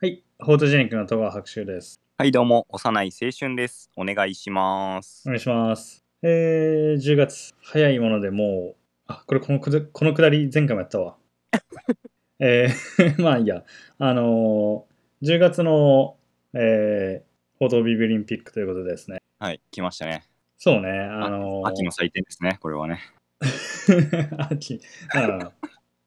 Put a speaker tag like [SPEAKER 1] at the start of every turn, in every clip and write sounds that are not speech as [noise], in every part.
[SPEAKER 1] はい、フォートジェニックの戸川白秋です。
[SPEAKER 2] はい、どうも、幼い青春です。お願いします
[SPEAKER 1] お。願いします。えー、10月、早いものでもう、あ、これこのくだこのくだり前回もやった
[SPEAKER 2] [laughs]
[SPEAKER 1] わ。えー、 [laughs] まあいいや、あのー、10月の、えー、フォートビビリンピックということでですね。
[SPEAKER 2] はい、来ましたね。
[SPEAKER 1] そうね、あのー、
[SPEAKER 2] 秋の祭典ですね、これはね。
[SPEAKER 1] [laughs] 秋。うん。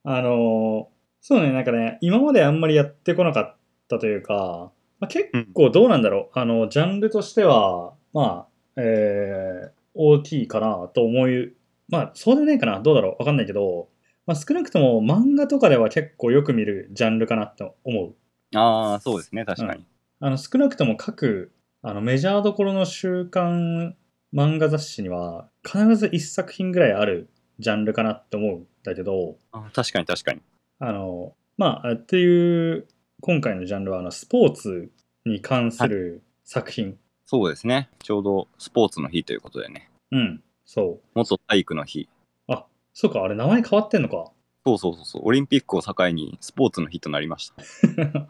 [SPEAKER 1] あのーそうね、なんかね、今まであんまりやってこなかったというか、まあ、結構どうなんだろう、あの、ジャンルとしては、まあ、えー、OT かなと思い、まあ、そうでないかな、どうだろう、わかんないけど、まあ、少なくとも漫画とかでは結構よく見るジャンルかなと思う。
[SPEAKER 2] ああ、そうですね、確かに。
[SPEAKER 1] あの、少なくとも各、あの、メジャーどころの週刊漫画雑誌には、必ず一作品ぐらいあるジャンルかなって思うんだけど、
[SPEAKER 2] あー確かに、確かに。
[SPEAKER 1] あの、まあ、っていう、今回のジャンルは、あの、スポーツに関する作品。
[SPEAKER 2] そうですね。ちょうどスポーツの日ということでね。
[SPEAKER 1] うん、そ
[SPEAKER 2] 元体育の日。
[SPEAKER 1] う。あ、そうか、あれ、名前変わってんのか。 [laughs]
[SPEAKER 2] そうそうそうそう。オリンピックを境にスポーツの日となりました。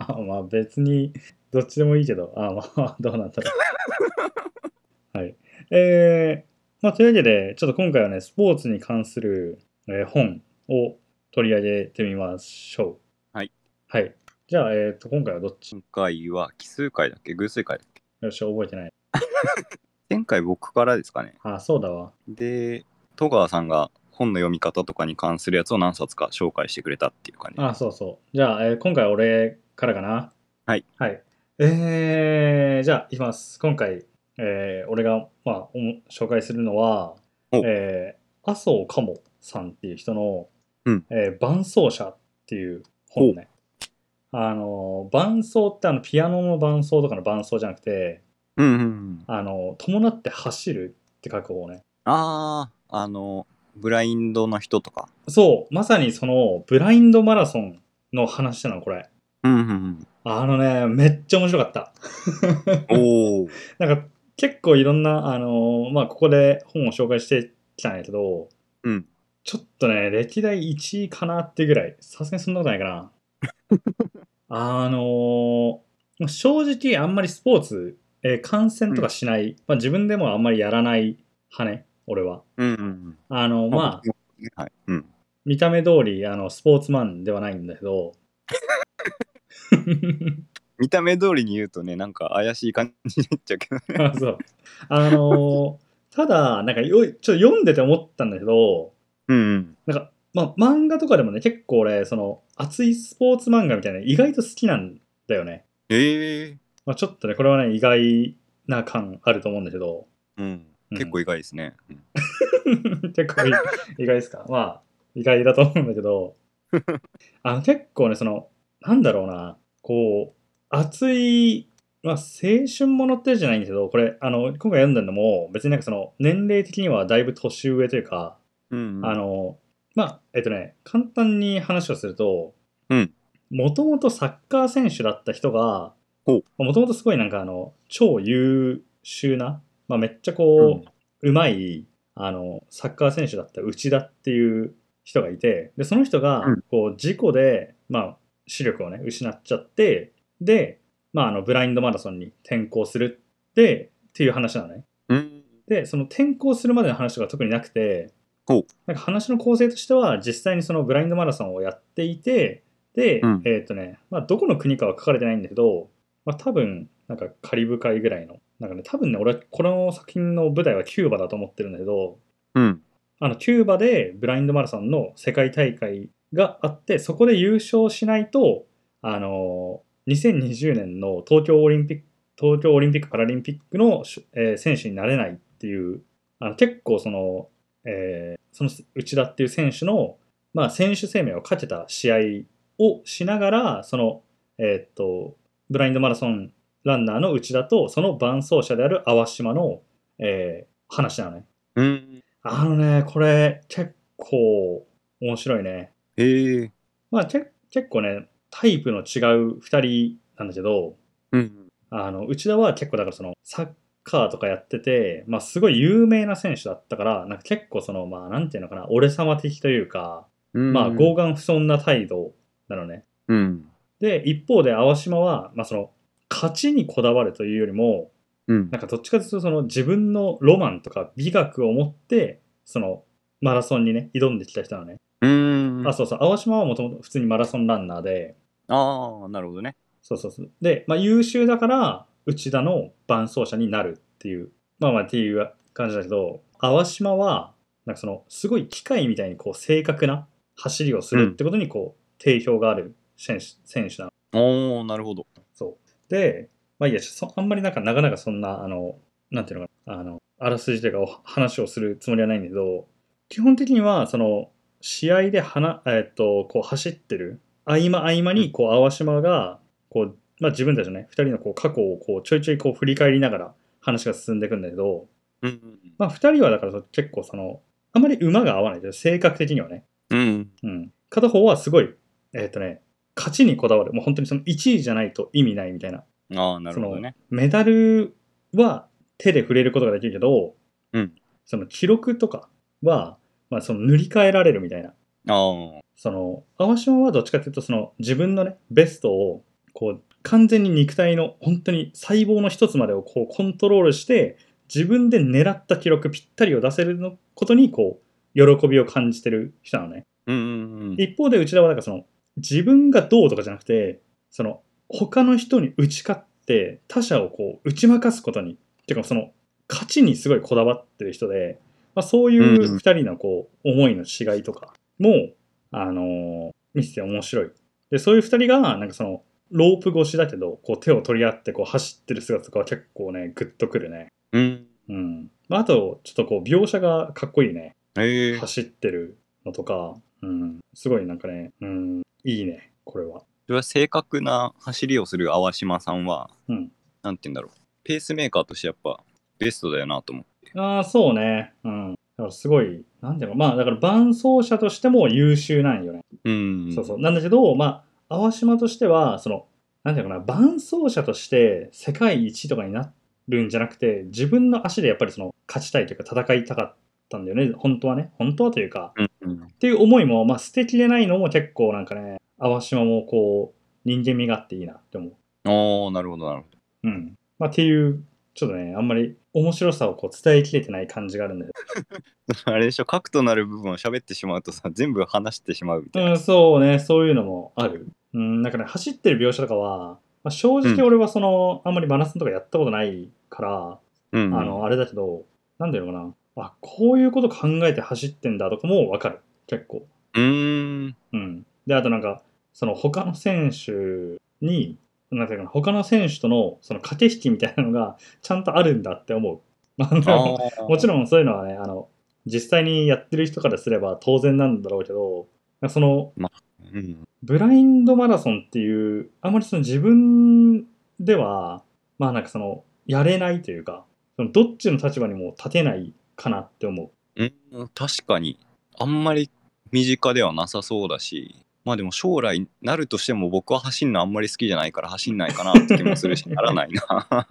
[SPEAKER 1] あまあ、別に、どっちでもいいけど、あまあ、どうなんだろう。 [laughs] はい。えー、まあ、というわけで、ちょっと今回はね、スポーツに関する、えー本を取り上げてみましょう。
[SPEAKER 2] はい。
[SPEAKER 1] はい。じゃあ、えっ、と、今回はどっち
[SPEAKER 2] 今回は奇数回だっけ偶数回だっけ
[SPEAKER 1] よし、覚えてない。
[SPEAKER 2] 前回僕からですかね。
[SPEAKER 1] あ、そうだわ。
[SPEAKER 2] で、戸川さんが本の読み方とかに関するやつを何冊か紹介してくれたっていう感じ。
[SPEAKER 1] あ、そうそう。じゃあ、えー今回は俺からかな。
[SPEAKER 2] はい。
[SPEAKER 1] はい。えー、じゃあ、いきます。今回、えー俺が、まあ、おも紹介するのは、
[SPEAKER 2] お
[SPEAKER 1] えー、麻生かもさんっていう人の、
[SPEAKER 2] うん
[SPEAKER 1] えー伴奏者っていう本ね。あのー、伴奏ってあの、ピアノの伴奏とかの伴奏じゃなくて、
[SPEAKER 2] うんうんうん。
[SPEAKER 1] あのー、伴って走るって書く方ね。
[SPEAKER 2] ああ、あの、ブラインドの人とか。
[SPEAKER 1] そう、まさにその、ブラインドマラソンの話なの、これ。
[SPEAKER 2] うんうん
[SPEAKER 1] あのね、めっちゃ面白かった。
[SPEAKER 2] うん。おお。
[SPEAKER 1] なんか結構いろんな、あのーまあ、ここで本を紹介してきたんやけど、
[SPEAKER 2] うん。
[SPEAKER 1] ちょっとね、歴代1位かなってぐらい、さすがにそんなことないか
[SPEAKER 2] [laughs]
[SPEAKER 1] な。あのー正直あんまりスポーツ、えー観戦とかしない、まあ、自分でもあんまりやらない派ね、俺は。
[SPEAKER 2] うんうん
[SPEAKER 1] あの
[SPEAKER 2] うん。
[SPEAKER 1] まあ、
[SPEAKER 2] あ。はい。うん。
[SPEAKER 1] 見た目通りあのスポーツマンではないんだけ
[SPEAKER 2] [laughs]
[SPEAKER 1] ど、
[SPEAKER 2] 見た目通りに言うとね、なんか怪しい感じになっちゃうけどね。
[SPEAKER 1] あそう。あのーただ、なんかよ、ちょっと読んでて思ったんだけど、
[SPEAKER 2] うんうん。
[SPEAKER 1] なんか、まあ、漫画とかでもね、結構俺、その、熱いスポーツ漫画みたいな、意外と好きなんだよね。
[SPEAKER 2] ええ
[SPEAKER 1] まあ、ちょっとね、これはね、意外な感あると思うんだけど、 [laughs]
[SPEAKER 2] うん。
[SPEAKER 1] うん
[SPEAKER 2] 結構意外ですね。うん
[SPEAKER 1] 結構い意外ですかまあ、意外だと思うんだけど、あの結構ね、その、なんだろうな、こう、熱い、まあ、青春ものってじゃないんだけど、これ、あの、今回読んだのも、別になんかその、年齢的にはだいぶ年上というか、
[SPEAKER 2] うんうん。
[SPEAKER 1] あの、まあ、えっとね、簡単に話をすると
[SPEAKER 2] うん、
[SPEAKER 1] もともとサッカー選手だった人が、
[SPEAKER 2] ほ
[SPEAKER 1] もともとすごいなんかあの、超優秀な、まあ、めっちゃこう、うま、い、あの、サッカー選手だった内田っていう人がいて、で、その人が
[SPEAKER 2] うん、
[SPEAKER 1] こう、事故で、まあ、視力をね、失っちゃって、で、まあ、あの、ブラインドマラソンに転向するって、っていう話なのね。
[SPEAKER 2] うん。
[SPEAKER 1] でその転校するまでの話とか特になくて
[SPEAKER 2] ほう
[SPEAKER 1] なんか話の構成としては実際にそのブラインドマラソンをやっていてで、
[SPEAKER 2] うん
[SPEAKER 1] えっ、とね、まあ、どこの国かは書かれてないんだけど、まあ、多分なんかカリブ海ぐらいのなんかね多分ね俺はこの作品の舞台はキューバだと思ってるんだけど
[SPEAKER 2] うん。
[SPEAKER 1] あのキューバでブラインドマラソンの世界大会があってそこで優勝しないとあの2020年の東京オリンピック東京オリンピック・パラリンピックの、えー選手になれないっていうあの結構その、えーその内田っていう選手の、まあ、選手生命をかけた試合をしながらその、えーっとブラインドマラソンランナーの内田とその伴走者である淡島の、えー話なのね。
[SPEAKER 2] うん。
[SPEAKER 1] あのね、これ結構面白いね。
[SPEAKER 2] ええ
[SPEAKER 1] まあけ結構ね、タイプの違う2人なんだけど、
[SPEAKER 2] うん。
[SPEAKER 1] あの内田は結構だからそのサッカーとかやってて、まあすごい有名な選手だったから、なんか結構その、まあなんていうのかな、俺様的というか、
[SPEAKER 2] うん。
[SPEAKER 1] まあ傲。眼不遜な態度なのね。
[SPEAKER 2] うん。
[SPEAKER 1] で、一方で淡島は、まあ、その、勝ちにこだわるというよりも、
[SPEAKER 2] うん
[SPEAKER 1] なんかどっちかというとその自分のロマンとか美学を持って、その、マラソンにね、挑んできた人なのね。
[SPEAKER 2] うーん
[SPEAKER 1] あ、そうそう、淡島はもともと普通にマラソンランナーで、
[SPEAKER 2] ああなるほどね
[SPEAKER 1] そうそうそう。で、まあ、優秀だから、内田の伴走者になるっていう、まあまあっていう感じだけど、淡島は、なんかその、すごい機械みたいにこう、正確な走りをするってことにこう、定評がある選手選手なの。
[SPEAKER 2] おおなるほど
[SPEAKER 1] そう。で、まあいいや、ちょそあんまりなんか、なかなかそんな、あの、なんていうのかな、あの、あらすじというかお話をするつもりはないんだけど、基本的には、その、試合ではな、えっと、こう走ってる、合間合間に、こう、淡島が、こう、まあ自分たちのね、二人のこう過去をこう、ちょいちょいこう振り返りながら話が進んでいくんだけど、
[SPEAKER 2] うん
[SPEAKER 1] まあ二人はだから結構その、あまり馬が合わないけど、性格的にはね、
[SPEAKER 2] うん
[SPEAKER 1] うん、片方はすごい、えっとね、勝ちにこだわる。もう本当にその1位じゃないと意味ないみたいな。
[SPEAKER 2] ああなるほどね
[SPEAKER 1] メダルは手で触れることができるけど、
[SPEAKER 2] うん
[SPEAKER 1] その記録とかは、まあ、その塗り替えられるみたいな。
[SPEAKER 2] ああ
[SPEAKER 1] その青島はどっちかというとその自分のねベストをこう完全に肉体の本当に細胞の一つまでをこうコントロールして自分で狙った記録ぴったりを出せるのことにこう喜びを感じてる人なのね。
[SPEAKER 2] うんうんうん
[SPEAKER 1] 一方で内田はなんかその自分がどうとかじゃなくてその他の人に打ち勝って他者をこう打ち負かすことにっていうかその勝ちにすごいこだわってる人で、まあ、そうい
[SPEAKER 2] んう
[SPEAKER 1] うん2人のこう思いの違いとかも、あのー見てて面白いでそういう2人がなんかそのロープ越しだけどこう手を取り合ってこう走ってる姿とかは結構ねグッとくるね、
[SPEAKER 2] うん
[SPEAKER 1] うんまあ、あとちょっとこう描写がかっこいいね
[SPEAKER 2] ええ
[SPEAKER 1] 走ってるのとか、うん、すごいなんかね、うん、いいね、これは。
[SPEAKER 2] それは正確な走りをする淡島さんは、
[SPEAKER 1] うん
[SPEAKER 2] なんて言うんだろうペースメーカーとしてやっぱベストだよなと思う
[SPEAKER 1] ああ、そうね。うん。だからすごい、なんていうの、まあだから伴走者としても優秀なんよね。
[SPEAKER 2] うん
[SPEAKER 1] そうそう。なんだけど、まあ、淡島としては、その、なんていうのかな、伴走者として世界一とかになるんじゃなくて、自分の足でやっぱりその、勝ちたいというか、戦いたかったんだよね、本当はね。本当はというか、
[SPEAKER 2] うんうん
[SPEAKER 1] っていう思いも、まあ、捨てきれないのも結構なんかね、淡島もこう、人間味があっていいなって思う。
[SPEAKER 2] ああなるほどなるほど
[SPEAKER 1] うん。まあ、っていう、ちょっとね、あんまり面白さをこう伝えきれてない感じがあるんだけ
[SPEAKER 2] [laughs] あれでしょ核となる部分を喋ってしまうとさ全部話してしまうみたい
[SPEAKER 1] ど。
[SPEAKER 2] な、
[SPEAKER 1] うん、そうね、そういうのもある。うん、なんかね、走ってる描写とかは、まあ、正直俺はその、あんまりマラソンとかやったことないから、
[SPEAKER 2] うんうん
[SPEAKER 1] あの、あれだけど、なんていうのかな、あ、こういうこと考えて走ってんだとかもわかる、結構。
[SPEAKER 2] うーん
[SPEAKER 1] うん。で、あとなんか、その他の選手に、なんていうかな、他の選手とのその駆け引きみたいなのがちゃんとあるんだって思う。まあなんか [laughs] もちろんそういうのはね、あの、実際にやってる人からすれば当然なんだろうけど、その、
[SPEAKER 2] ろん、うん、
[SPEAKER 1] ブラインドマラソンっていう、あまりその自分では、まあなんかその、やれないというか、そのどっちの立場にも立てないかなって思う。
[SPEAKER 2] うん確かにあんまり身近ではなさそうだしまあでも将来なるとしても僕は走るのあんまり好きじゃないから走んないかなって気もす
[SPEAKER 1] [laughs]
[SPEAKER 2] るしならないな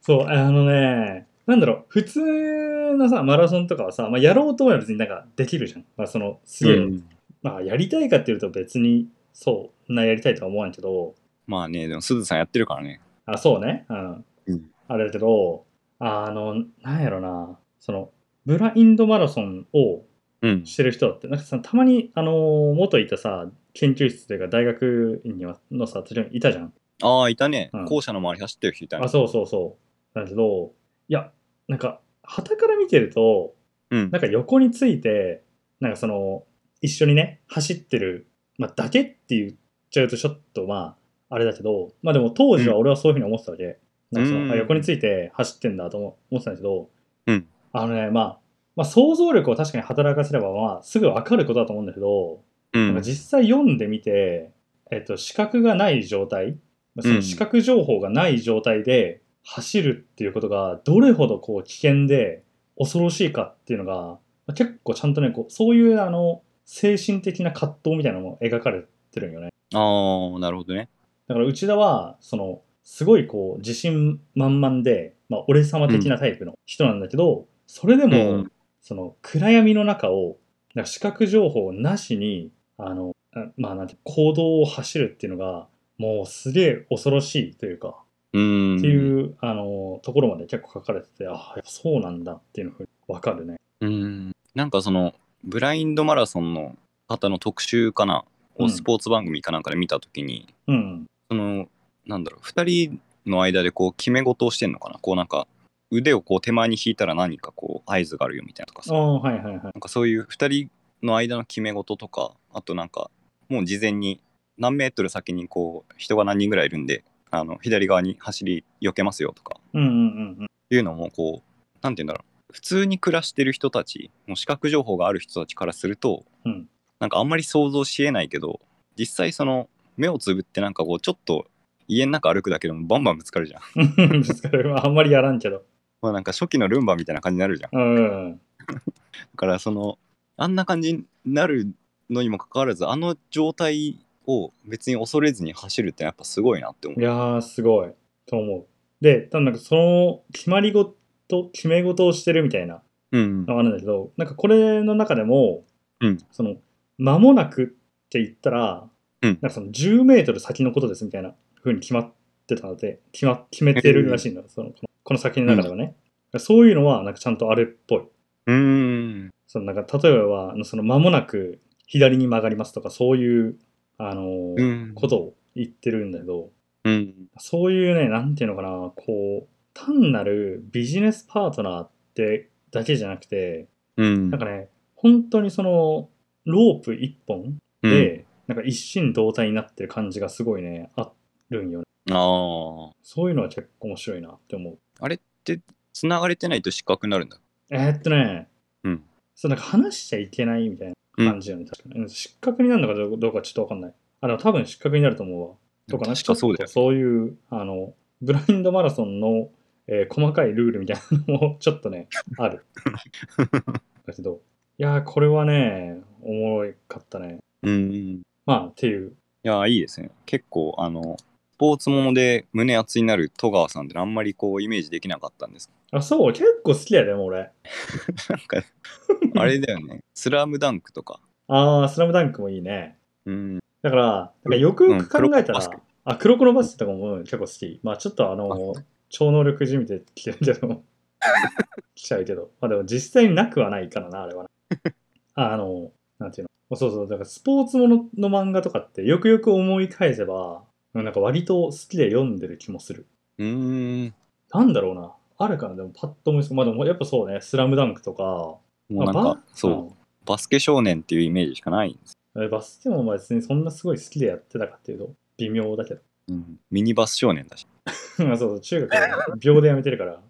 [SPEAKER 1] そう、あのね、なんだろう、普通のさ、マラソンとかはさ、まあ、やろうと思えば別になんかできるじゃん。まあその、すげえ、
[SPEAKER 2] うん
[SPEAKER 1] まあやりたいかっていうと別に、そう、なやりたいとは思わんけど、
[SPEAKER 2] まあねでもすずさんやってるからね
[SPEAKER 1] あ、そうね。うん。
[SPEAKER 2] うん
[SPEAKER 1] あれだけど、あの、なんやろな、その、ブラインドマラソンを
[SPEAKER 2] うん
[SPEAKER 1] してる人だって、なんかさ、たまに、あのー、元いたさ、研究室というか大学院にはのさ、途中にいたじゃん。
[SPEAKER 2] ああいたね、
[SPEAKER 1] うん
[SPEAKER 2] 校舎の周り走ってる人いたね
[SPEAKER 1] あ、そうそうそう。だけど、いや、なんか、傍から見てると、
[SPEAKER 2] うん
[SPEAKER 1] なんか横について、なんかその、一緒にね、走ってる、まあ、だけって言っちゃうとちょっとまあ、あれだけど、まあでも当時は俺はそういうふうに思ってたわけ。なんかそ
[SPEAKER 2] うん
[SPEAKER 1] のあ横について走ってんだと思思ってたんだけど、
[SPEAKER 2] うん
[SPEAKER 1] あのね、まあ、まあ想像力を確かに働かせれば、まあ、すぐわかることだと思うんだけど、
[SPEAKER 2] う
[SPEAKER 1] なんか
[SPEAKER 2] ん
[SPEAKER 1] 実際読んでみて、えっと、視覚がない状態、まあその視覚情報がない状態で走るっていうことがどれほどこう危険で恐ろしいかっていうのが、まあ結構ちゃんとねこうそういうあの精神的な葛藤みたいなのも描かれてるんよね
[SPEAKER 2] ああなるほどね
[SPEAKER 1] だから内田はそのすごいこう自信満々で、まあ、俺様的なタイプの人なんだけど、それでも、
[SPEAKER 2] うん
[SPEAKER 1] その暗闇の中をなんか視覚情報なしにあのあまあなんて行動を走るっていうのがもうすげえ恐ろしいというか、
[SPEAKER 2] うん。
[SPEAKER 1] っていう、あのところまで結構書かれてて、ああ、やっぱそうなんだっていうのがわかるね。
[SPEAKER 2] うん。なんかその、ブラインドマラソンの方の特集かな、
[SPEAKER 1] う
[SPEAKER 2] を
[SPEAKER 1] ん
[SPEAKER 2] スポーツ番組かなんかで見たときに、
[SPEAKER 1] うん。
[SPEAKER 2] その、なんだろう、2人の間でこう、決め事をしてんのかな、こうなんか、腕をこう手前に引いたら何かこう合図があるよみたいなとかさ
[SPEAKER 1] ああ、はいはいはい。
[SPEAKER 2] なんかそういう2人の間の決め事とかあとなんかもう事前に何メートル先にこう人が何人ぐらいいるんであの左側に走り避けますよとか
[SPEAKER 1] うんうんうん
[SPEAKER 2] いうのもこうなんて言うんだろう普通に暮らしてる人たちもう視覚情報がある人たちからすると、
[SPEAKER 1] うん
[SPEAKER 2] なんかあんまり想像しえないけど実際その目をつぶってなんかこうちょっと家の中歩くだけでもバンバンぶつかるじゃん。
[SPEAKER 1] うん。 [laughs] ぶつかるあんまりやらんけど。
[SPEAKER 2] まあなんか初期のルンバみたいな感じになるじゃん。
[SPEAKER 1] うん。
[SPEAKER 2] だからそのあんな感じになるのにもかかわらずあの状態を別に恐れずに走るってやっぱすごいなって思
[SPEAKER 1] いやー、すごい。と思う。で、ただなんかその決まり事、決め事をしてるみたいな
[SPEAKER 2] う。うん
[SPEAKER 1] のがあるんだけど、なんかこれの中でも、
[SPEAKER 2] うん
[SPEAKER 1] その、間もなくって言ったら、
[SPEAKER 2] うん
[SPEAKER 1] なんかその10メートル先のことですみたいな風に決まってたので、決ま、決めてるらしいんだ。そのこのこの先の中ではね。そういうのは、なんかちゃんとあれっぽい。
[SPEAKER 2] うーん。
[SPEAKER 1] そのなんか例えばあのその間もなく左に曲がりますとかそういう、あのー
[SPEAKER 2] うん
[SPEAKER 1] ことを言ってるんだけど
[SPEAKER 2] うん。
[SPEAKER 1] そういうねなんていうのかなこう単なるビジネスパートナーってだけじゃなくて
[SPEAKER 2] うん。
[SPEAKER 1] なんかね本当にそのロープ一本
[SPEAKER 2] うん、
[SPEAKER 1] で、なんか一心同体になってる感じがすごいねあるんよね
[SPEAKER 2] ああ。
[SPEAKER 1] そういうのは結構面白いなって思う
[SPEAKER 2] 繋がれてないと失格になるんだ。
[SPEAKER 1] えーっとね、
[SPEAKER 2] うん
[SPEAKER 1] そうなんか話しちゃいけないみたいな感じよね、確かにうん失格になるのかどうどうかちょっとわかんないあでも多分失格になると思うわとかな
[SPEAKER 2] 確かそうだよ
[SPEAKER 1] ちょっとそういうあのブラインドマラソンの、えー細かいルールみたいなのも [laughs] ちょっとねあるだけどいやーこれはねおもろかったね
[SPEAKER 2] うん。い
[SPEAKER 1] まあっていう
[SPEAKER 2] や、いいですね。結構、あの、スポーツもので胸熱になる戸川さんってあんまりこうイメージできなかったんです
[SPEAKER 1] あそう結構好きやでも俺
[SPEAKER 2] なんか、あれだよね。スラムダンクとか。
[SPEAKER 1] ああスラムダンクもいいね
[SPEAKER 2] うん。
[SPEAKER 1] だから、なんかよくよく考えたら、
[SPEAKER 2] うん黒子のバスケ
[SPEAKER 1] あ、黒子のバスケとかも結構好き。まあちょっとあの、超能力じみてきてるけど、 [laughs] 来ちゃうけど、まあでも実際になくはないからな、あれはな。ああの、なんていうの。そうそう、だからスポーツものの漫画とかってよくよく思い返せば、なんか割と好きで読んでる気もする。
[SPEAKER 2] うーん。
[SPEAKER 1] なんだろうな。あるかな、でもパッと思いつく。まあでもやっぱそうね、スラムダンクとか、
[SPEAKER 2] もうなん
[SPEAKER 1] まあ
[SPEAKER 2] か、そう。バスケ少年っていうイメージしかないんです、
[SPEAKER 1] うんバスケもまあ別にそんなすごい好きでやってたかっていうと、微妙だけど。
[SPEAKER 2] ミニバス少年だし。
[SPEAKER 1] [laughs] あそうそう、中学で秒でやめてるから。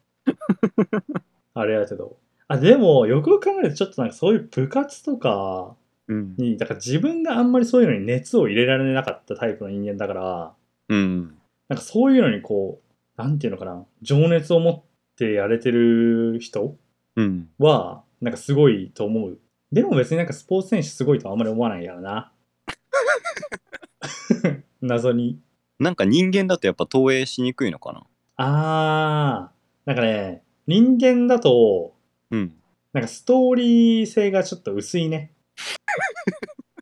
[SPEAKER 1] あれやけど。あ、でも、よくよく考えると、ちょっとなんかそういう部活とか
[SPEAKER 2] うん。
[SPEAKER 1] に、だから自分があんまりそういうのに熱を入れられなかったタイプの人間だから、
[SPEAKER 2] うん。
[SPEAKER 1] なんかそういうのにこう、なんていうのかな、情熱を持ってやれてる人
[SPEAKER 2] うん。
[SPEAKER 1] は、なんかすごいと思う。でも別になんかスポーツ選手すごいとはあんまり思わないからな。 [laughs] 謎に。
[SPEAKER 2] なんか人間だとやっぱ投影しにくいのかな。
[SPEAKER 1] あー、なんかね、人間だと、
[SPEAKER 2] うん。
[SPEAKER 1] なんかストーリー性がちょっと薄い
[SPEAKER 2] [laughs]
[SPEAKER 1] ね。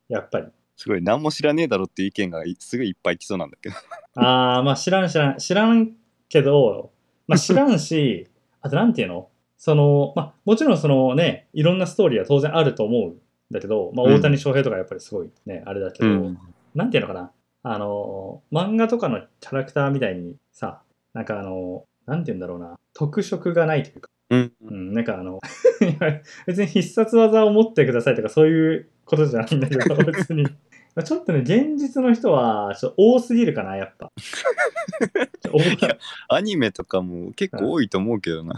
[SPEAKER 1] やっぱり。
[SPEAKER 2] すごい、何も知らねえだろっていう意見がいすごいいっぱい来そうなんだけど。
[SPEAKER 1] ああ、まあ知らん知らん、知らんけど、
[SPEAKER 2] [laughs]
[SPEAKER 1] まあ知らんし、あとなんていうのその、まあもちろんそのね、いろんなストーリーは当然あると思うんだけど、まあ
[SPEAKER 2] うん
[SPEAKER 1] 大谷翔平とかやっぱりすごいね、あれだけど、なんていうのかなあの、漫画とかのキャラクターみたいにさ、なんかあの、なんて言うんだろうな、特色がないというか、
[SPEAKER 2] うん。
[SPEAKER 1] うん、なんかあの、 [laughs] いや別に必殺技を持ってくださいとかそういうことじゃないんだけど、別
[SPEAKER 2] [laughs]
[SPEAKER 1] に。まあちょっとね、現実の人は、ちょっと多すぎるかな、やっ
[SPEAKER 2] [laughs]
[SPEAKER 1] ぱ。多い
[SPEAKER 2] アニメとかも結構多いと思うけどな。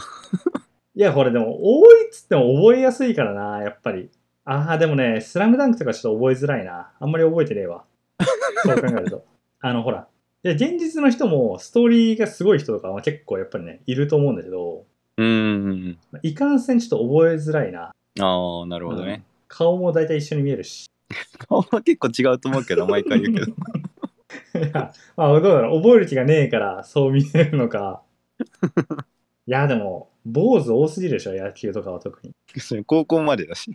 [SPEAKER 1] いや、これでも、多いっつっても覚えやすいからな、やっぱり。ああ、でもね、スラムダンクとかちょっと覚えづらいな。あんまり覚えてねえわ。そう考えると。 [laughs] あの、ほら。いや、現実の人も、ストーリーがすごい人とかは結構やっぱりね、いると思うんだけど、
[SPEAKER 2] うん。
[SPEAKER 1] まあいかんせんちょっと覚えづらいな。
[SPEAKER 2] ああ、なるほど
[SPEAKER 1] うん
[SPEAKER 2] ね。
[SPEAKER 1] 顔も大体一緒に見えるし。
[SPEAKER 2] 顔は結構違うと思うけど、毎回言うけど。
[SPEAKER 1] いや、まあ、どうだろう。覚える気がねえから、そう見えるのか。いや、でも、坊主多すぎるでしょ、野球とかは特に。い [laughs]
[SPEAKER 2] [laughs] それ高校までだし。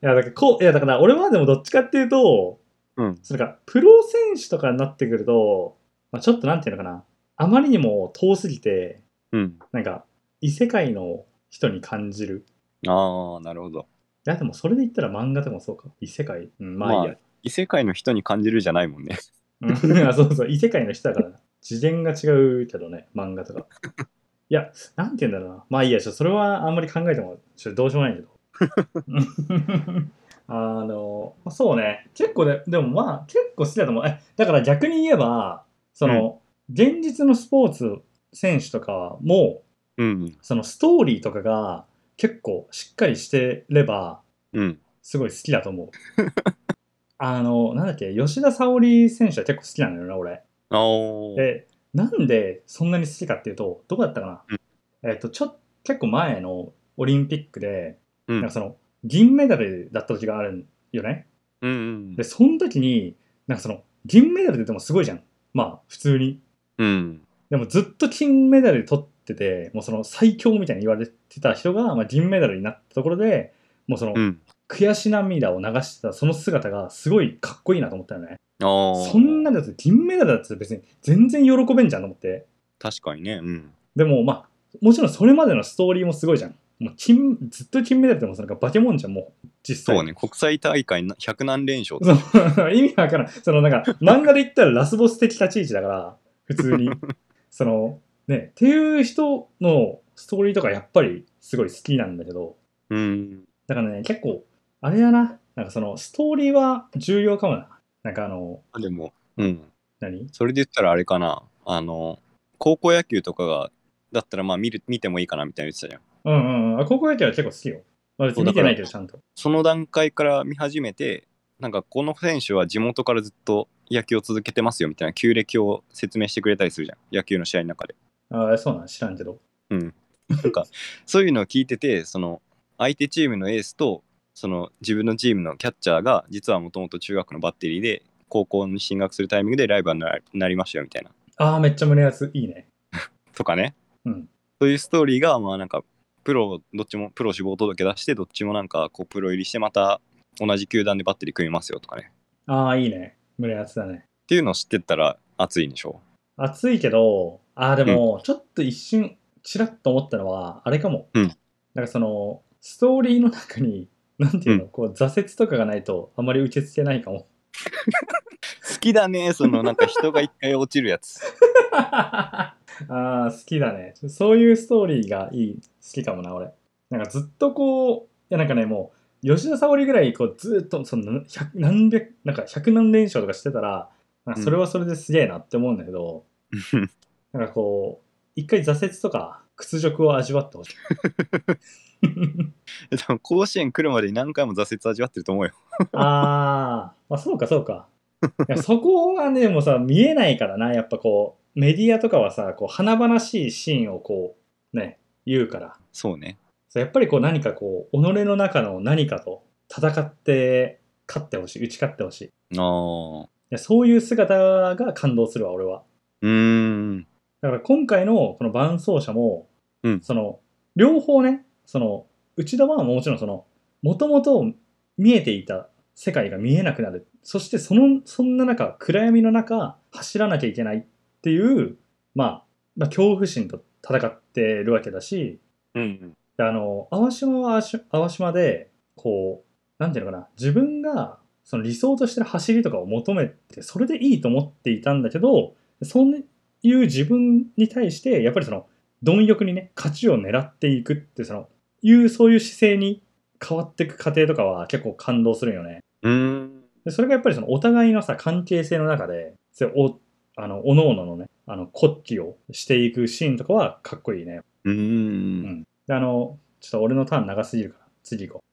[SPEAKER 1] や、だから、こう、いや、だから、俺はでもどっちかっていうと、
[SPEAKER 2] うん。
[SPEAKER 1] それからプロ選手とかになってくると、まあ、ちょっとなんていうのかなあまりにも遠すぎて
[SPEAKER 2] うん。
[SPEAKER 1] なんか異世界の人に感じる
[SPEAKER 2] ああ、なるほど。
[SPEAKER 1] いやでもそれで言ったら漫画でもそうか異世界、うん、まあいいや、
[SPEAKER 2] 異世界の人に感じるじゃないもんね。
[SPEAKER 1] うん [laughs] あそうそう、異世界の人だからな。次元が違うけどね、漫画とか。いや、なんて言うんだろうな。まあいいや、ちょそれはあんまり考えても、ちょどうしようもないけど。 [laughs] あの、そうね。結構ね、でもまあ、結構好きだと思う。え、だから逆に言えば、その、現実のスポーツ選手とかも、
[SPEAKER 2] うん。
[SPEAKER 1] そのストーリーとかが結構しっかりしてれば、
[SPEAKER 2] うん。
[SPEAKER 1] すごい好きだと思う。あの、なんだっけ、吉田沙保里選手は結構好きなんだよな、俺。
[SPEAKER 2] ああ。
[SPEAKER 1] で、なんでそんなに好きかっていうと、どこだったかな、えっと、ちょっ、結構前のオリンピックで、
[SPEAKER 2] う
[SPEAKER 1] なん
[SPEAKER 2] ん
[SPEAKER 1] か。その、銀メダルだった時があるんよね。
[SPEAKER 2] うんうん
[SPEAKER 1] で、。その時に、なんかその、銀メダルででもすごいじゃん。まあ、普通に。
[SPEAKER 2] うん。
[SPEAKER 1] でもずっと金メダル取ってて、もうその最強みたいに言われてた人が、まあ、銀メダルになったところで、もうその、
[SPEAKER 2] うん。
[SPEAKER 1] 悔し涙を流してたその姿がすごいかっこいいなと思ったよね。
[SPEAKER 2] ああ。
[SPEAKER 1] そんなのだって銀メダルだって別に全然喜べんじゃんと思って。
[SPEAKER 2] 確かにね。うん。
[SPEAKER 1] でもまあ、もちろんそれまでのストーリーもすごいじゃん。もう金ずっと金メダルでもそれがバケモンじゃん、もう実際。
[SPEAKER 2] そうね。国際大会な100何連勝。
[SPEAKER 1] そう意味わからん。そのなんか漫画で言ったらラスボス的立ち位置だから、普通
[SPEAKER 2] [laughs]
[SPEAKER 1] に。その、ね、っていう人のストーリーとかやっぱりすごい好きなんだけど、
[SPEAKER 2] うん。
[SPEAKER 1] だからね、結構、あれやな、なんかそのストーリーは重要かもな。なんかあの、
[SPEAKER 2] あでも、うん。
[SPEAKER 1] 何
[SPEAKER 2] それで言ったらあれかな。あの、高校野球とかが、だったらまあ見る見てもいいかなみたいな言ってたじゃん。
[SPEAKER 1] うんうんうん。あ高校野球は結構好きよ。まあ、別に見てないけど、ちゃんと。
[SPEAKER 2] その段階から見始めて、なんかこの選手は地元からずっと野球を続けてますよみたいな旧歴を説明してくれたりするじゃん。野球の試合の中で。
[SPEAKER 1] ああ、そうなん、知らんけど。
[SPEAKER 2] うん。なんか、そういうのを聞いてて、その、相手チームのエースと、その自分のチームのキャッチャーが、実はもともと中学のバッテリーで、高校に進学するタイミングでライバルにななりましたよみたいな。
[SPEAKER 1] ああ、めっちゃ胸熱。いいね。
[SPEAKER 2] とかね。
[SPEAKER 1] うん
[SPEAKER 2] そういうストーリーが、まあなんか、プロ、どっちもプロ志望届出して、どっちもなんか、こう、プロ入りして、また同じ球団でバッテリー組みますよとかね。
[SPEAKER 1] ああ、いいね。胸熱だね。
[SPEAKER 2] っていうのを知ってったら熱いんでしょ
[SPEAKER 1] 暑いけど、ああ、でも、ちょっと一瞬、ちらっと思ったのは、あれかも。
[SPEAKER 2] うん
[SPEAKER 1] なんかその、ストーリーの中に、なんていうの、こう、挫折とかがないと、あまり受け付けないかも。
[SPEAKER 2] 好きだねそのな
[SPEAKER 1] [laughs]
[SPEAKER 2] んか人が一回落ちるやつ
[SPEAKER 1] ああ、好きだね。そういうストーリーがいい、好きかもな、俺。なんかずっとこう、いやなんかね、もう、吉田沙保里ぐらい、こう、ずっと、その、100何百、なんか100何連勝とかしてたら、なんかそれはそれですげえなって思うんだけど、なんかこう、一回挫折とか、屈辱を味わってほしい。
[SPEAKER 2] でも甲子園来るまでに何回も挫折味わってると思うよ
[SPEAKER 1] あー、まあ、そうか、そうか。いやそこはね、もうさ、見えないからな、やっぱこう、メディアとかはさ、こう、華々しいシーンをこう、ね、言うから。
[SPEAKER 2] そうね
[SPEAKER 1] そうやっぱりこう何かこう、己の中の何かと戦って勝ってほしい、打ち勝ってほしいい
[SPEAKER 2] あー
[SPEAKER 1] や。そういう姿が感動するわ、俺は。
[SPEAKER 2] うーん
[SPEAKER 1] だから今回のこの伴走者も、
[SPEAKER 2] うん
[SPEAKER 1] その、両方ね、その、内田はもちろんその、もともと見えていた世界が見えなくなる。そしてその、そんな中、暗闇の中、走らなきゃいけないっていう、まあ、まあ、恐怖心と戦ってるわけだし、
[SPEAKER 2] うん
[SPEAKER 1] であの淡島は淡島淡島でこうなんていうのかな自分がその理想としてる走りとかを求めてそれでいいと思っていたんだけどそういう自分に対してやっぱりその貪欲にね勝ちを狙っていくってそのいうそういう姿勢に変わっていく過程とかは結構感動するんよね。
[SPEAKER 2] うーん
[SPEAKER 1] でそれがやっぱりそのお互いのさ関係性の中でそれおあのおのののねあの骨気をしていくシーンとかはかっこいいね。
[SPEAKER 2] うーん
[SPEAKER 1] であの、ちょっと俺のターン長すぎるから、次行こ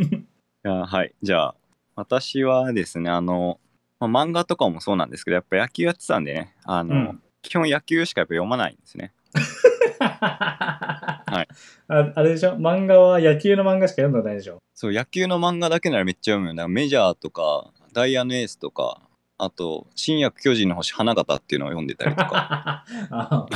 [SPEAKER 2] いやはいじゃあ私はですねあの、まあ漫画とかもそうなんですけどやっぱ野球やってたんでねあ
[SPEAKER 1] う。
[SPEAKER 2] の、 [laughs] 基本野球しかやっぱ読まないんですね
[SPEAKER 1] はい、ああれでしょ漫画は野球の漫画しか読んだことないでし
[SPEAKER 2] [laughs]
[SPEAKER 1] ょ
[SPEAKER 2] そう野球の漫画だけならめっちゃ読むよだからメジャーとかダイヤのエースとかあと「新薬巨人の星花形」っていうのを読んでたりとか [laughs]
[SPEAKER 1] ああ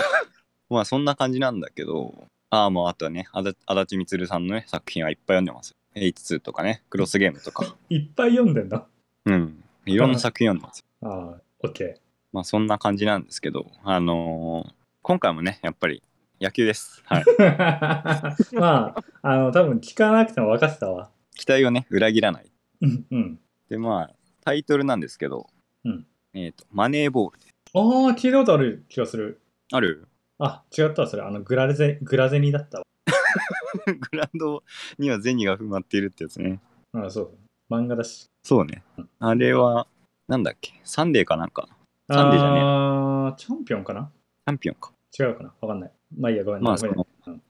[SPEAKER 2] まあそんな感じなんだけど、ああ、もうあとはね、あだ足立みつるさんのね、作品はいっぱい読んでます。H2 とかね、クロスゲームとか。
[SPEAKER 1] いっぱい読んでんの
[SPEAKER 2] うん。いろんな作品読んでます。
[SPEAKER 1] ああ、OK。
[SPEAKER 2] まあそんな感じなんですけど、あのー今回もね、やっぱり野球で
[SPEAKER 1] [laughs]
[SPEAKER 2] す。はい。
[SPEAKER 1] まあ、あの、多分聞かなくても分かってたわ。
[SPEAKER 2] 期待をね、裏切らない。
[SPEAKER 1] うん、うん。
[SPEAKER 2] で、まあ、タイトルなんですけど、
[SPEAKER 1] うん
[SPEAKER 2] えっ、と、マネーボール。
[SPEAKER 1] ああ、聞いたことある気がする。
[SPEAKER 2] ある [laughs]
[SPEAKER 1] あ、違ったわ、それ。あの、グラゼ、グラゼニだったわ。
[SPEAKER 2] グラウンドには銭が踏まっているってやつね。
[SPEAKER 1] うん、そう。漫画だし。
[SPEAKER 2] そうね。あれは、なんだっけ、サンデーかなんか、サンデーじゃねえ
[SPEAKER 1] ああ、チャンピオンかな
[SPEAKER 2] チャンピオンか。
[SPEAKER 1] 違うかなわかんない。まあいいや、ごめん
[SPEAKER 2] まあ
[SPEAKER 1] ごめん
[SPEAKER 2] その
[SPEAKER 1] うん
[SPEAKER 2] [laughs]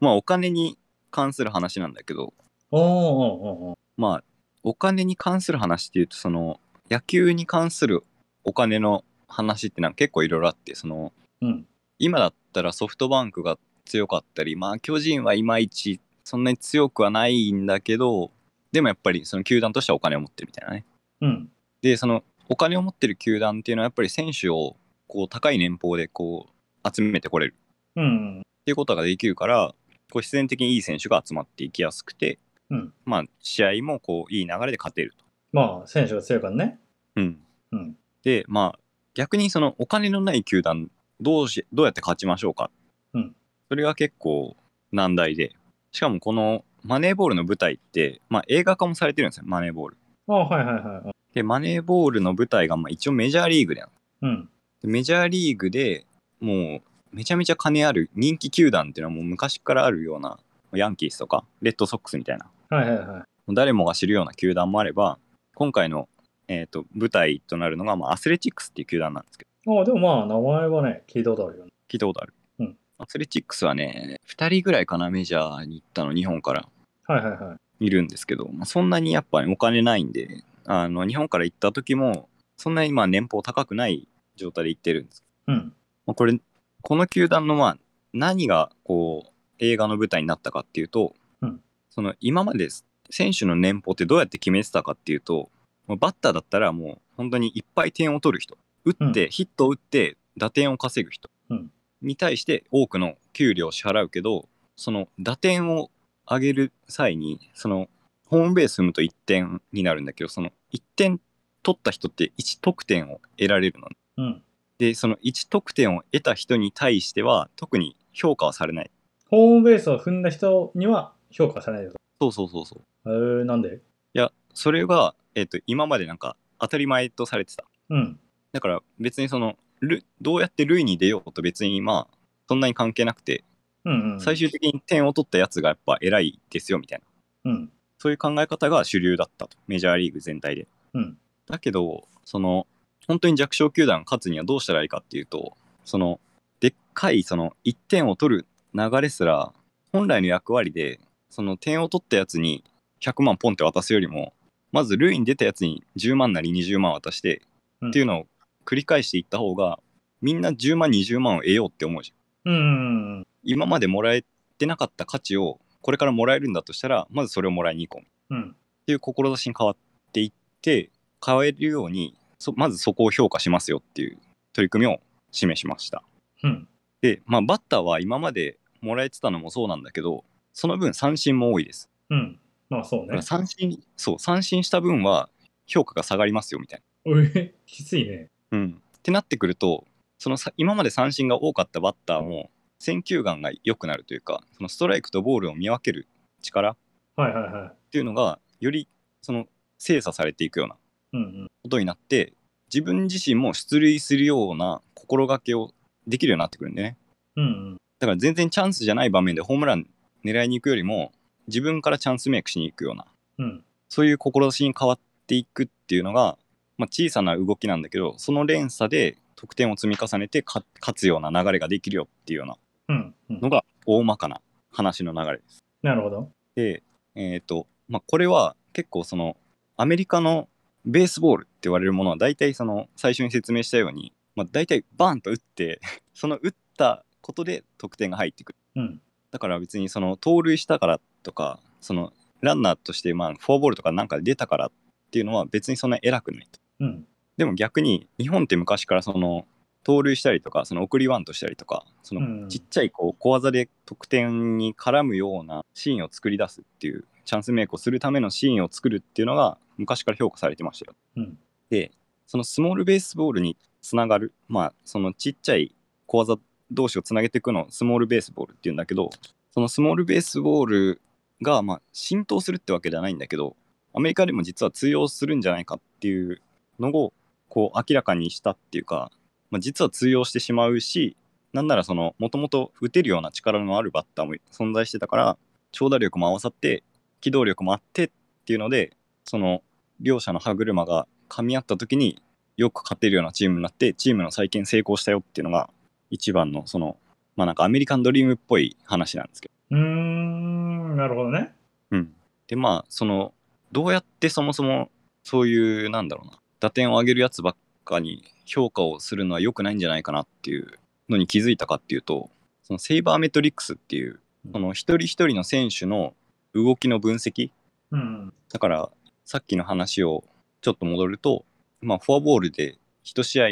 [SPEAKER 2] まあ、お金に関する話なんだけど、
[SPEAKER 1] おーおーおーおー
[SPEAKER 2] まあ、お金に関する話っていうと、その、野球に関するお金の話ってなんか結構いろいろあって、その、
[SPEAKER 1] うん。
[SPEAKER 2] 今だったらソフトバンクが強かったりまあ巨人はいまいちそんなに強くはないんだけどでもやっぱりその球団としてはお金を持ってるみたいなね
[SPEAKER 1] うん。
[SPEAKER 2] でそのお金を持ってる球団っていうのはやっぱり選手をこう高い年俸でこう集めてこれるっ
[SPEAKER 1] うん。
[SPEAKER 2] ていうことができるからこう必然的にいい選手が集まっていきやすくて、
[SPEAKER 1] うん
[SPEAKER 2] まあ試合もこういい流れで勝てると。
[SPEAKER 1] まあ、選手が強いからね。
[SPEAKER 2] うん
[SPEAKER 1] うん。
[SPEAKER 2] でまあ逆にそのお金のない球団どうしどうやって勝ちましょうか、
[SPEAKER 1] うん
[SPEAKER 2] それが結構難題でしかもこのマネーボールの舞台って、まあ、映画化もされてるんですよマネーボール
[SPEAKER 1] ああ、はいはいはい。
[SPEAKER 2] でマネーボールの舞台がまあ一応メジャーリーグで
[SPEAKER 1] うん。
[SPEAKER 2] メジャーリーグでもうめちゃめちゃ金ある人気球団っていうのはもう昔からあるようなヤンキースとかレッドソックスみたいな
[SPEAKER 1] はいはいはい。
[SPEAKER 2] 誰もが知るような球団もあれば今回の、えー、と舞台となるのが、まあ、アスレチックスっていう球団なんですけど
[SPEAKER 1] ああ、でもまあ、名前はね、聞いたことあるよね。
[SPEAKER 2] 聞いたことある、
[SPEAKER 1] うん
[SPEAKER 2] アスレチックスはね2人ぐらいかなメジャーに行ったの日本から
[SPEAKER 1] はいはいはい。
[SPEAKER 2] いるんですけど、まあ、そんなにやっぱりお金ないんであの日本から行った時もそんなにまあ年俸高くない状態で行ってるんです
[SPEAKER 1] うん。
[SPEAKER 2] まあこれこの球団のまあ何がこう映画の舞台になったかっていうと、
[SPEAKER 1] うん
[SPEAKER 2] その今まで選手の年俸ってどうやって決めてたかっていうともうバッターだったらもう本当にいっぱい点を取る人打って、ヒットを打って打点を稼ぐ人
[SPEAKER 1] うん
[SPEAKER 2] に対して多くの給料を支払うけどその打点を上げる際にそのホームベース踏むと1点になるんだけどその1点取った人って1得点を得られるの
[SPEAKER 1] うん。
[SPEAKER 2] でその1得点を得た人に対しては特に評価はされない
[SPEAKER 1] ホームベースを踏んだ人には評価されないよと。
[SPEAKER 2] そうそうそうそう
[SPEAKER 1] えー、なんで
[SPEAKER 2] いやそれが、えっと今までなんか当たり前とされてた
[SPEAKER 1] うん。
[SPEAKER 2] だから別にそのルどうやって塁に出ようと別にまあそんなに関係なくて
[SPEAKER 1] うん、うん。
[SPEAKER 2] 最。終的に点を取ったやつがやっぱ偉いですよみたいな
[SPEAKER 1] うん。
[SPEAKER 2] そういう考え方が主流だったとメジャーリーグ全体で
[SPEAKER 1] うん。
[SPEAKER 2] だけどその本当に弱小球団が勝つにはどうしたらいいかっていうとそのでっかいその1点を取る流れすら本来の役割でその点を取ったやつに100万ポンって渡すよりもまず塁に出たやつに10万なり20万渡して
[SPEAKER 1] うん
[SPEAKER 2] っていうのを繰り返していった方がみんな10万20万を得ようって思うじゃ
[SPEAKER 1] う
[SPEAKER 2] ん
[SPEAKER 1] んうんうん。
[SPEAKER 2] 今までもらえてなかった価値をこれからもらえるんだとしたらまずそれをもらいに行こう
[SPEAKER 1] うん。
[SPEAKER 2] っていう志に変わっていって変えるようにそまずそこを評価しますよっていう取り組みを示しました
[SPEAKER 1] うん。
[SPEAKER 2] で、まあ、バッターは今までもらえてたのもそうなんだけどその分三振も多いです
[SPEAKER 1] うん。まあ、そう
[SPEAKER 2] だか
[SPEAKER 1] ね
[SPEAKER 2] ら。三振そう三振した分は評価が下がりますよみたい
[SPEAKER 1] おい、きついね。
[SPEAKER 2] な、うん、ってなってくるとそのさ今まで三振が多かったバッターも選球眼が良くなるというかそのストライクとボールを見分ける力っ
[SPEAKER 1] はいはいはい。
[SPEAKER 2] ていうのがよりその精査されていくような
[SPEAKER 1] うんうん。
[SPEAKER 2] ことになって自分自身も出塁するような心がけをできるようになってくるんでね
[SPEAKER 1] うんうん。
[SPEAKER 2] だから全然チャンスじゃない場面でホームラン狙いに行くよりも自分からチャンスメイクしに行くような
[SPEAKER 1] うん。
[SPEAKER 2] そういう志に変わっていくっていうのが、まあ、小さな動きなんだけどその連鎖で得点を積み重ねてか勝つような流れができるよっていうような
[SPEAKER 1] うん。うん
[SPEAKER 2] のが大まかな話の流れです。
[SPEAKER 1] なるほど。
[SPEAKER 2] で、えーとまあ、これは結構そのアメリカのベースボールって言われるものは大体その最初に説明したように、まあ、大体バーンと打って [laughs] その打ったことで得点が入ってくる
[SPEAKER 1] うん。
[SPEAKER 2] だから別にその盗塁したからとかそのランナーとしてまあフォアボールとかなんかで出たからっていうのは別にそんなに偉くないと
[SPEAKER 1] うん。
[SPEAKER 2] でも逆に日本って昔からその盗塁したりとかその送りバントしたりとかその
[SPEAKER 1] うん
[SPEAKER 2] ちっちゃいこう小技で得点に絡むようなシーンを作り出すっていうチャンスメイクをするためのシーンを作るっていうのが、昔から評価されてましたよ。
[SPEAKER 1] うん
[SPEAKER 2] でそのスモールベースボールにつながるまあそのちっちゃい小技同士をつなげていくのをスモールベースボールっていうんだけどそのスモールベースボールがまあ浸透するってわけではないんだけどアメリカでも実は通用するんじゃないかっていうのをこう明らかにしたっていうか、まあ、実は通用してしまうしなんならそのもともと打てるような力のあるバッターも存在してたから長打力も合わさって機動力もあってっていうのでその両者の歯車が噛み合った時によく勝てるようなチームになってチームの再建成功したよっていうのが一番のそのまあなんかアメリカンドリームっぽい話なんですけど。
[SPEAKER 1] うーん、なるほどね。
[SPEAKER 2] うん、でまあそのどうやってそもそもそういうなんだろうな打点を上げるやつばっかに評価をするのは良くないんじゃないかなっていうのに気づいたかっていうとそのセイバーメトリックスっていうその一人一人の選手の動きの分析
[SPEAKER 1] うん。
[SPEAKER 2] だからさっきの話をちょっと戻ると、まあ、フォアボールで1試合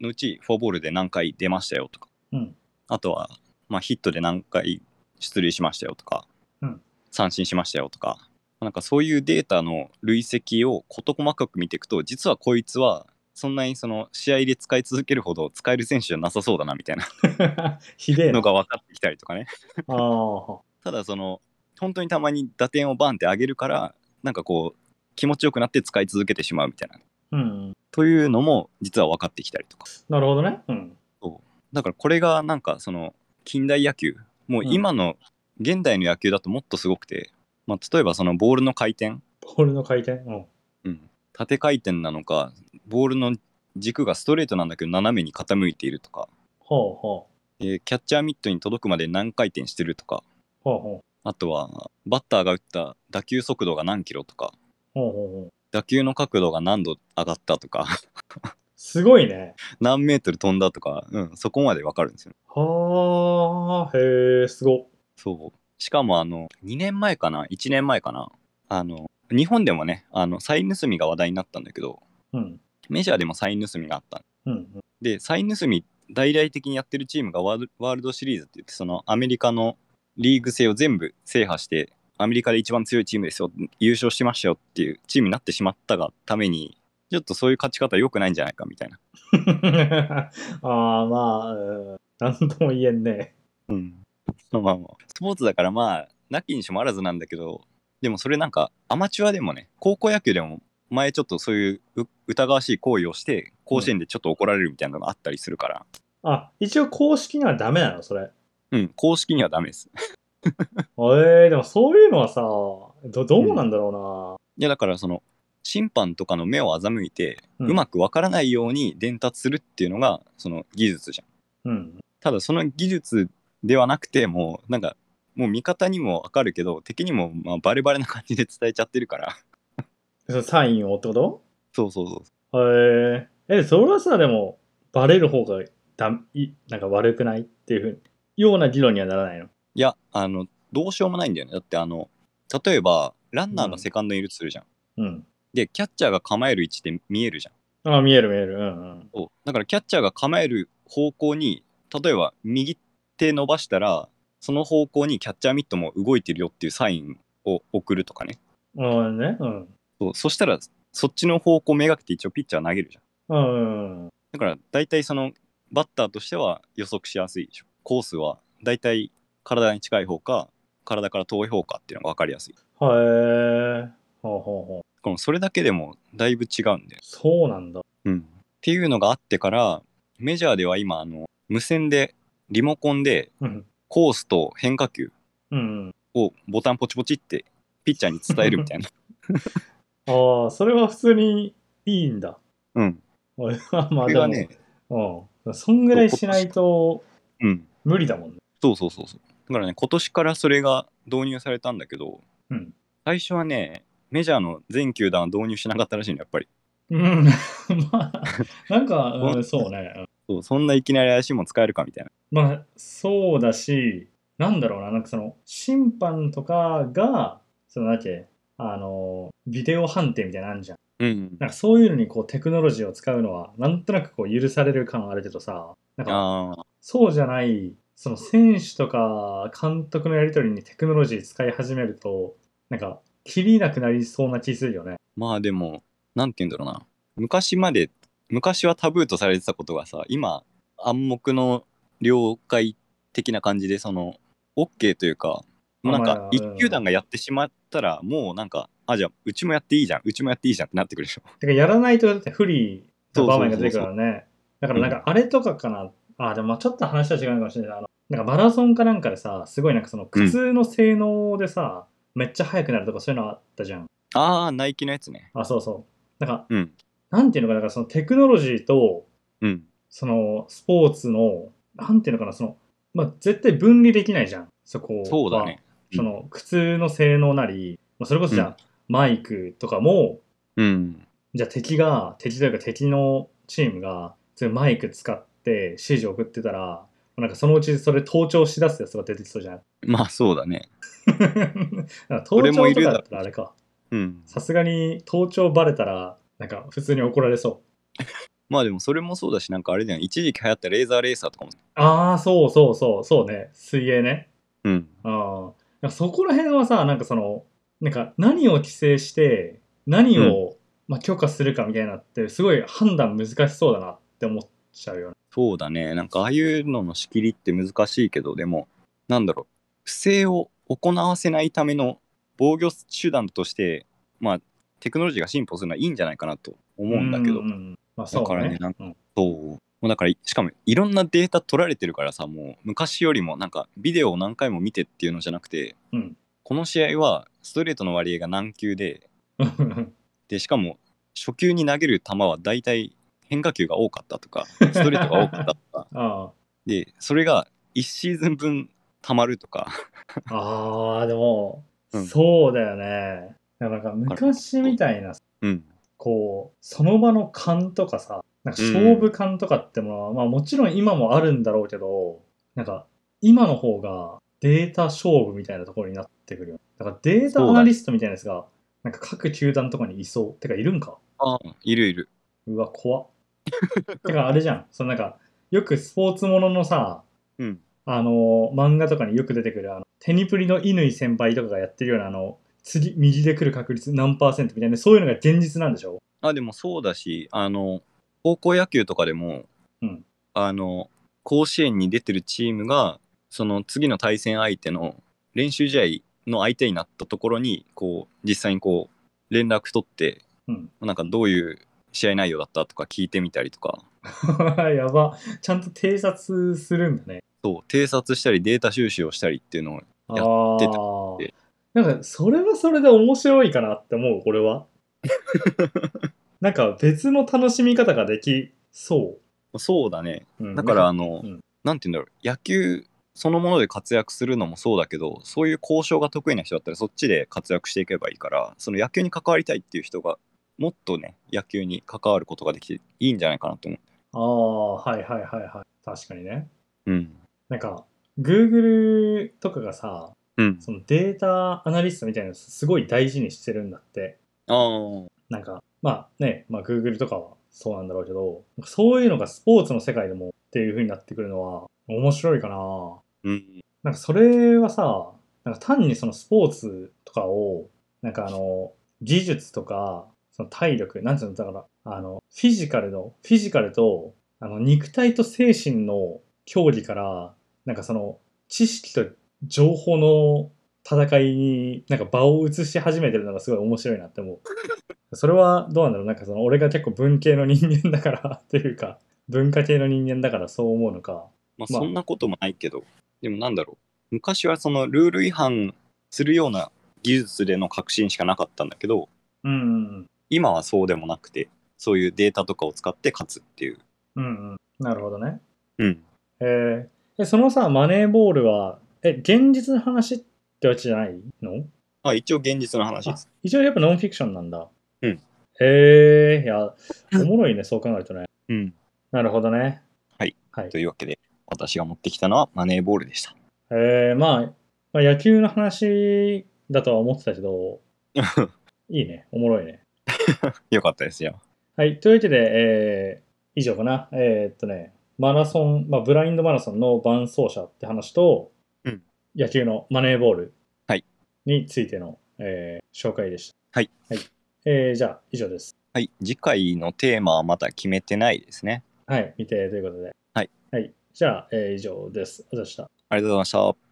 [SPEAKER 2] のうちフォアボールで何回出ましたよとか、
[SPEAKER 1] うん
[SPEAKER 2] あとは、まあ、ヒットで何回出塁しましたよとか、
[SPEAKER 1] うん
[SPEAKER 2] 三振しましたよとかなんかそういうデータの累積を事細かく見ていくと実はこいつはそんなにその試合で使い続けるほど使える選手じゃなさそうだなみたいな
[SPEAKER 1] [laughs] ひでえ
[SPEAKER 2] の
[SPEAKER 1] な。
[SPEAKER 2] が分かってきたりとかね
[SPEAKER 1] ああ。
[SPEAKER 2] ただその本当にたまに打点をバンって上げるからなんかこう気持ちよくなって使い続けてしまうみたいな
[SPEAKER 1] うん。
[SPEAKER 2] というのも実は分かってきたりとか
[SPEAKER 1] なるほどね。うん。
[SPEAKER 2] だからこれがなんかその近代野球もう今の現代の野球だともっとすごくて、まあ、例えばそのボールの回転、
[SPEAKER 1] ボールの回転。うん。
[SPEAKER 2] うん、縦回転なのかボールの軸がストレートなんだけど斜めに傾いているとか、
[SPEAKER 1] ほうほ
[SPEAKER 2] えーキャッチャーミットに届くまで何回転してるとか
[SPEAKER 1] う。ほうほう。
[SPEAKER 2] あとはバッターが打った打球速度が何キロとか
[SPEAKER 1] ほうほうほう。
[SPEAKER 2] 打球の角度が何度上がったとか [laughs]
[SPEAKER 1] すごいね。
[SPEAKER 2] 何メートル飛んだとか、うん、そこまでわかるんですよね。
[SPEAKER 1] はあ、へえ、すごっ。
[SPEAKER 2] そうしかもあの2年前かな1年前かなあの日本でもねあのサイン盗みが話題になったんだけど
[SPEAKER 1] うん。
[SPEAKER 2] メジャーでもサイン盗みがあった
[SPEAKER 1] うんうん。 [laughs]
[SPEAKER 2] でサイン盗み大々的にやってるチームがワールワールドシリーズって言ってそのアメリカのリーグ制を全部制覇してアメリカで一番強いチームですよ優勝しましたよっていうチームになってしまったがためにちょっとそういう勝ち方良くないんじゃないかみたいな
[SPEAKER 1] ああ、まあ、うんなんとも言えんね。
[SPEAKER 2] うん。 [laughs] まあまあまあ、スポーツだからまあ、なきにしもあらずなんだけど、でもそれなんか、アマチュアでもね、高校野球でも、前ちょっとそういうう疑わしい行為をして、甲子園でちょっと怒られるみたいなのがあったりするから、
[SPEAKER 1] あ、一応公式にはダメなの、それ。
[SPEAKER 2] うん、公式にはダメです。
[SPEAKER 1] ええ、でもそういうのはさ、ど、どうなんだろ
[SPEAKER 2] いや、だからその、審判とかの目を欺いて、
[SPEAKER 1] う
[SPEAKER 2] う
[SPEAKER 1] な。ん
[SPEAKER 2] まくわからないように伝達するっていうのが、その技術じゃん。
[SPEAKER 1] うん。
[SPEAKER 2] ただ、その技術ではなくて、もう、なんか、もう味方にもわかるけど、敵にもまあバレバレな感じで伝えちゃってるから、 [laughs]
[SPEAKER 1] そのサインをってこと
[SPEAKER 2] そうそうそう。
[SPEAKER 1] へええ、それはさ、でも、バレる方がだい、なんか悪くないっていうふうに、ような議論にはならないの。
[SPEAKER 2] いや、あの、どうしようもないんだよね。だって、あの、例えば、ランナーがセカンドにいるとするじゃん。
[SPEAKER 1] うん。
[SPEAKER 2] で、キャッチャーが構える位置って見えるじゃん。
[SPEAKER 1] あ見える見える。うん
[SPEAKER 2] そうだから、キャッチャーが構える方向に、例えば、右手伸ばしたら、その方向にキャッチャーミットも動いてるよっていうサインを送るとかね。
[SPEAKER 1] うん。うんね。うん。
[SPEAKER 2] そうそしたら、そっちの方向めがけて一応ピッチャー投げるじゃん。
[SPEAKER 1] うん。うん
[SPEAKER 2] だから、大体その、バッターとしては予測しやすいでしょ。コースは、大体体に近い方か、体から遠い方かっていうのが分かりやす
[SPEAKER 1] へ
[SPEAKER 2] い。
[SPEAKER 1] え。ほうほうほう。
[SPEAKER 2] このそれだけでもだいぶ違うんだよ。
[SPEAKER 1] そうなんだ。
[SPEAKER 2] っていうのがあってからメジャーでは今あの無線でリモコンで
[SPEAKER 1] うん。
[SPEAKER 2] コースと変化球
[SPEAKER 1] うん。
[SPEAKER 2] をボタンポチポチってピッチャーに伝えるみた
[SPEAKER 1] [laughs]
[SPEAKER 2] いな。
[SPEAKER 1] ああ、それは普通にいいんだ。 [laughs]
[SPEAKER 2] [laughs] うん、
[SPEAKER 1] 俺はま
[SPEAKER 2] こ
[SPEAKER 1] あ
[SPEAKER 2] れ
[SPEAKER 1] で
[SPEAKER 2] が
[SPEAKER 1] も、
[SPEAKER 2] ね、
[SPEAKER 1] うん。そんぐらいしないと
[SPEAKER 2] うん、
[SPEAKER 1] 無理だもんね。
[SPEAKER 2] そうそうそうそう。だからね今年からそれが導入されたんだけど、
[SPEAKER 1] うん
[SPEAKER 2] 最初はねメジャーの全球団は導入しなかったらしいのやっぱり。
[SPEAKER 1] うん。 [laughs] まあ、なんか、うん、そうね。うん
[SPEAKER 2] そうそんないきなり怪しいもん使えるかみたいな。
[SPEAKER 1] まあそうだし、なんだろうな、なんかその審判とかが、そのなんだっけ、あの、ビデオ判定みたいなのあるじゃん。
[SPEAKER 2] うん、
[SPEAKER 1] なんかそういうのにこうテクノロジーを使うのは、なんとなくこう許される感あるけどさ、なんか
[SPEAKER 2] ああ
[SPEAKER 1] そうじゃない、その選手とか監督のやりとりにテクノロジー使い始めると、なんか、きりなくなりそうな気するよね。
[SPEAKER 2] まあでも、なんて言うんだろうな。昔まで、昔はタブーとされてたことがさ、今、暗黙の了解的な感じで、その、OK というか、もうなん
[SPEAKER 1] ま
[SPEAKER 2] か
[SPEAKER 1] あ、
[SPEAKER 2] 一球団がやってしまったら、もうなんか、あ、じゃあ、うちもやっていいじゃん、うちもやっていいじゃんってなってくるでしょ。 [laughs]
[SPEAKER 1] てか、やらないとだって不利な場面が出てくるからね。だからなんか、あれとかかな。あ、でもまあちょっと話は違うかもしれない。あの、なんかマラソンかなんかでさ、すごいなんかその靴の性能でさ、めっちゃ速くなるとかそういうのあったじゃん。
[SPEAKER 2] ああ、ナイキのやつね。
[SPEAKER 1] あ、そうそう。なんか、
[SPEAKER 2] うん。
[SPEAKER 1] なんていうのかな、だからそのテクノロジーと、
[SPEAKER 2] うん。
[SPEAKER 1] そのスポーツの、なんていうのかな、その、まあ絶対分離できないじゃん。そこは。
[SPEAKER 2] そうだね。
[SPEAKER 1] その、靴の性能なり、まあ、それこそじゃあ、マイクとかも、
[SPEAKER 2] うん。
[SPEAKER 1] じゃあ敵が、敵というか敵のチームが、そういうマイク使って指示を送ってたら、なんかそのうちそれ盗聴しだすやつが出てきそうじゃない [laughs]
[SPEAKER 2] まあ、そうだね。
[SPEAKER 1] なんか盗
[SPEAKER 2] 俺も
[SPEAKER 1] 聴
[SPEAKER 2] い
[SPEAKER 1] と
[SPEAKER 2] る
[SPEAKER 1] か
[SPEAKER 2] だ
[SPEAKER 1] だったらあれか。
[SPEAKER 2] うん。
[SPEAKER 1] さすがに盗聴バレたら、なんか普通に怒られそ
[SPEAKER 2] まあでも、それもそうだし、なんかあれだよね。一時期流行ったレーザーレーサーとかも。
[SPEAKER 1] う。ああ、そうそうそう、そうね。水泳ね。
[SPEAKER 2] うん。
[SPEAKER 1] ああ。そこら辺はさ、なんかその、なんか何を規制して、何を、まあ、許可するかみたいなって、すごい判断難しそうだなって思っちゃうよね。
[SPEAKER 2] そうだね。なんかああいうのの仕切りって難しいけど、でも、なんだろう、不正を行わせないための防御手段として、まあ、テクノロジーが進歩するのはいいんじゃないかなと思うんだけど、
[SPEAKER 1] ううんまあそうね。
[SPEAKER 2] だからねなん
[SPEAKER 1] か、
[SPEAKER 2] そう。もうだから、しかもいろんなデータ取られてるからさ、もう昔よりもなんかビデオを何回も見てっていうのじゃなくて、
[SPEAKER 1] うん
[SPEAKER 2] この試合はストレートの割合が何球で、
[SPEAKER 1] [laughs] うん
[SPEAKER 2] で、しかも初球に投げる球は大体変化球が多かったとか、ストレートが多かったとか、
[SPEAKER 1] あ
[SPEAKER 2] でそれが1シーズン分たまるとか
[SPEAKER 1] あああでも、
[SPEAKER 2] うん
[SPEAKER 1] そうだよねだからなんか昔みたいな
[SPEAKER 2] うん
[SPEAKER 1] こうその場の勘とかさなんか勝負勘とかってものは、まあもちろん今もあるんだろうけどなんか今の方がデータ勝負みたいなところになってくるよねだからデータアナリストみたいなやつがなんか各球団とかにいそうてかいるんか
[SPEAKER 2] いるいる
[SPEAKER 1] うわ怖ってかあれじゃ
[SPEAKER 2] [laughs]
[SPEAKER 1] んそのなんかよくスポーツもののさ
[SPEAKER 2] うん
[SPEAKER 1] あの漫画とかによく出てくるあのテニプリの乾先輩とかがやってるようなあの次右で来る確率何パーセントみたいなそういうのが現実なんでしょ [laughs]
[SPEAKER 2] あでもそうだしあの高校野球とかでも、
[SPEAKER 1] うん
[SPEAKER 2] あの甲子園に出てるチームがその次の対戦相手の練習試合の相手になったところにこう実際にこう連絡取って、
[SPEAKER 1] うん
[SPEAKER 2] なんかどういう試合内容だったとか聞いてみたりとか
[SPEAKER 1] やばちゃんと偵察するんだね
[SPEAKER 2] そう偵察したりデータ収集をしたりっていうのを
[SPEAKER 1] あ
[SPEAKER 2] やって
[SPEAKER 1] あ
[SPEAKER 2] た
[SPEAKER 1] ーなんかそれはそれで面白いかなって思う俺
[SPEAKER 2] [laughs]
[SPEAKER 1] はなんか別の楽しみ方ができそ
[SPEAKER 2] そうだね
[SPEAKER 1] う、うん
[SPEAKER 2] だからあの、
[SPEAKER 1] うん
[SPEAKER 2] なんて言うんだろう野球そのもので活躍するのもそうだけどそういう交渉が得意な人だったらそっちで活躍していけばいいからその野球に関わりたいっていう人がもっとね野球に関わることができていいんじゃないかなと思
[SPEAKER 1] ああはいはいはいはい確かにね
[SPEAKER 2] う。うん
[SPEAKER 1] なんか Google とかがさ
[SPEAKER 2] うん、
[SPEAKER 1] そのデータアナリストみたいなのすごい大事にしてるんだって。
[SPEAKER 2] あー
[SPEAKER 1] なんか、まあね、まあ Google とかはそうなんだろうけど、そういうのがスポーツの世界でもっていう風になってくるのは面白いかな。
[SPEAKER 2] うん
[SPEAKER 1] なんかそれはさ、なんか単にそのスポーツとかを、なんかあの、技術とか、その体力、なんていうの、だから、あの、フィジカルの、フィジカルと、あの、肉体と精神の競技から、なんかその、知識と情報の戦いに、なんか場を移し始めてるのがすごい面白いなって思う。それはどうなんだろうなんかその、俺が結構文系の人間だから、 [laughs] っていうか、文化系の人間だからそう思うのか。
[SPEAKER 2] まあ、
[SPEAKER 1] まあ
[SPEAKER 2] そんなこともないけど、でもなんだろう昔はそのルール違反するような技術での革新しかなかったんだけど
[SPEAKER 1] うん、
[SPEAKER 2] 今はそうでもなくてそういうデータとかを使って勝つっていう。
[SPEAKER 1] うん、うん。なるほどね。
[SPEAKER 2] うん
[SPEAKER 1] えーえそのさ、マネーボールは、え、現実の話ってわけじゃないの
[SPEAKER 2] まあ、一応現実の話です。
[SPEAKER 1] 一応やっぱノンフィクションなんだ。
[SPEAKER 2] うん。
[SPEAKER 1] へえ、いや、おもろいね、そう考えるとね。
[SPEAKER 2] うん
[SPEAKER 1] なるほどね。
[SPEAKER 2] はい。
[SPEAKER 1] はい
[SPEAKER 2] と。いうわけで私が持ってきたのはマネーボールでした。
[SPEAKER 1] えーまあ、まあ、野球の話だとは思ってたけ
[SPEAKER 2] [laughs]
[SPEAKER 1] ど、いいね、おもろいね。
[SPEAKER 2] よかったですよ。
[SPEAKER 1] はい。というわけで、えー以上かな。えーっとね、マラソン、まあ、ブラインドマラソンの伴走者って話と、
[SPEAKER 2] うん
[SPEAKER 1] 野球のマネーボール
[SPEAKER 2] はい
[SPEAKER 1] についての、えー紹介でした。
[SPEAKER 2] はい。
[SPEAKER 1] はい。えーじゃあ、以上です。
[SPEAKER 2] はい、次回のテーマはまだ決めてないですね。
[SPEAKER 1] はい、未定ということで。
[SPEAKER 2] はい。
[SPEAKER 1] はい、じゃあ、えー以上です。ありがとうございました。
[SPEAKER 2] ありがとうございました。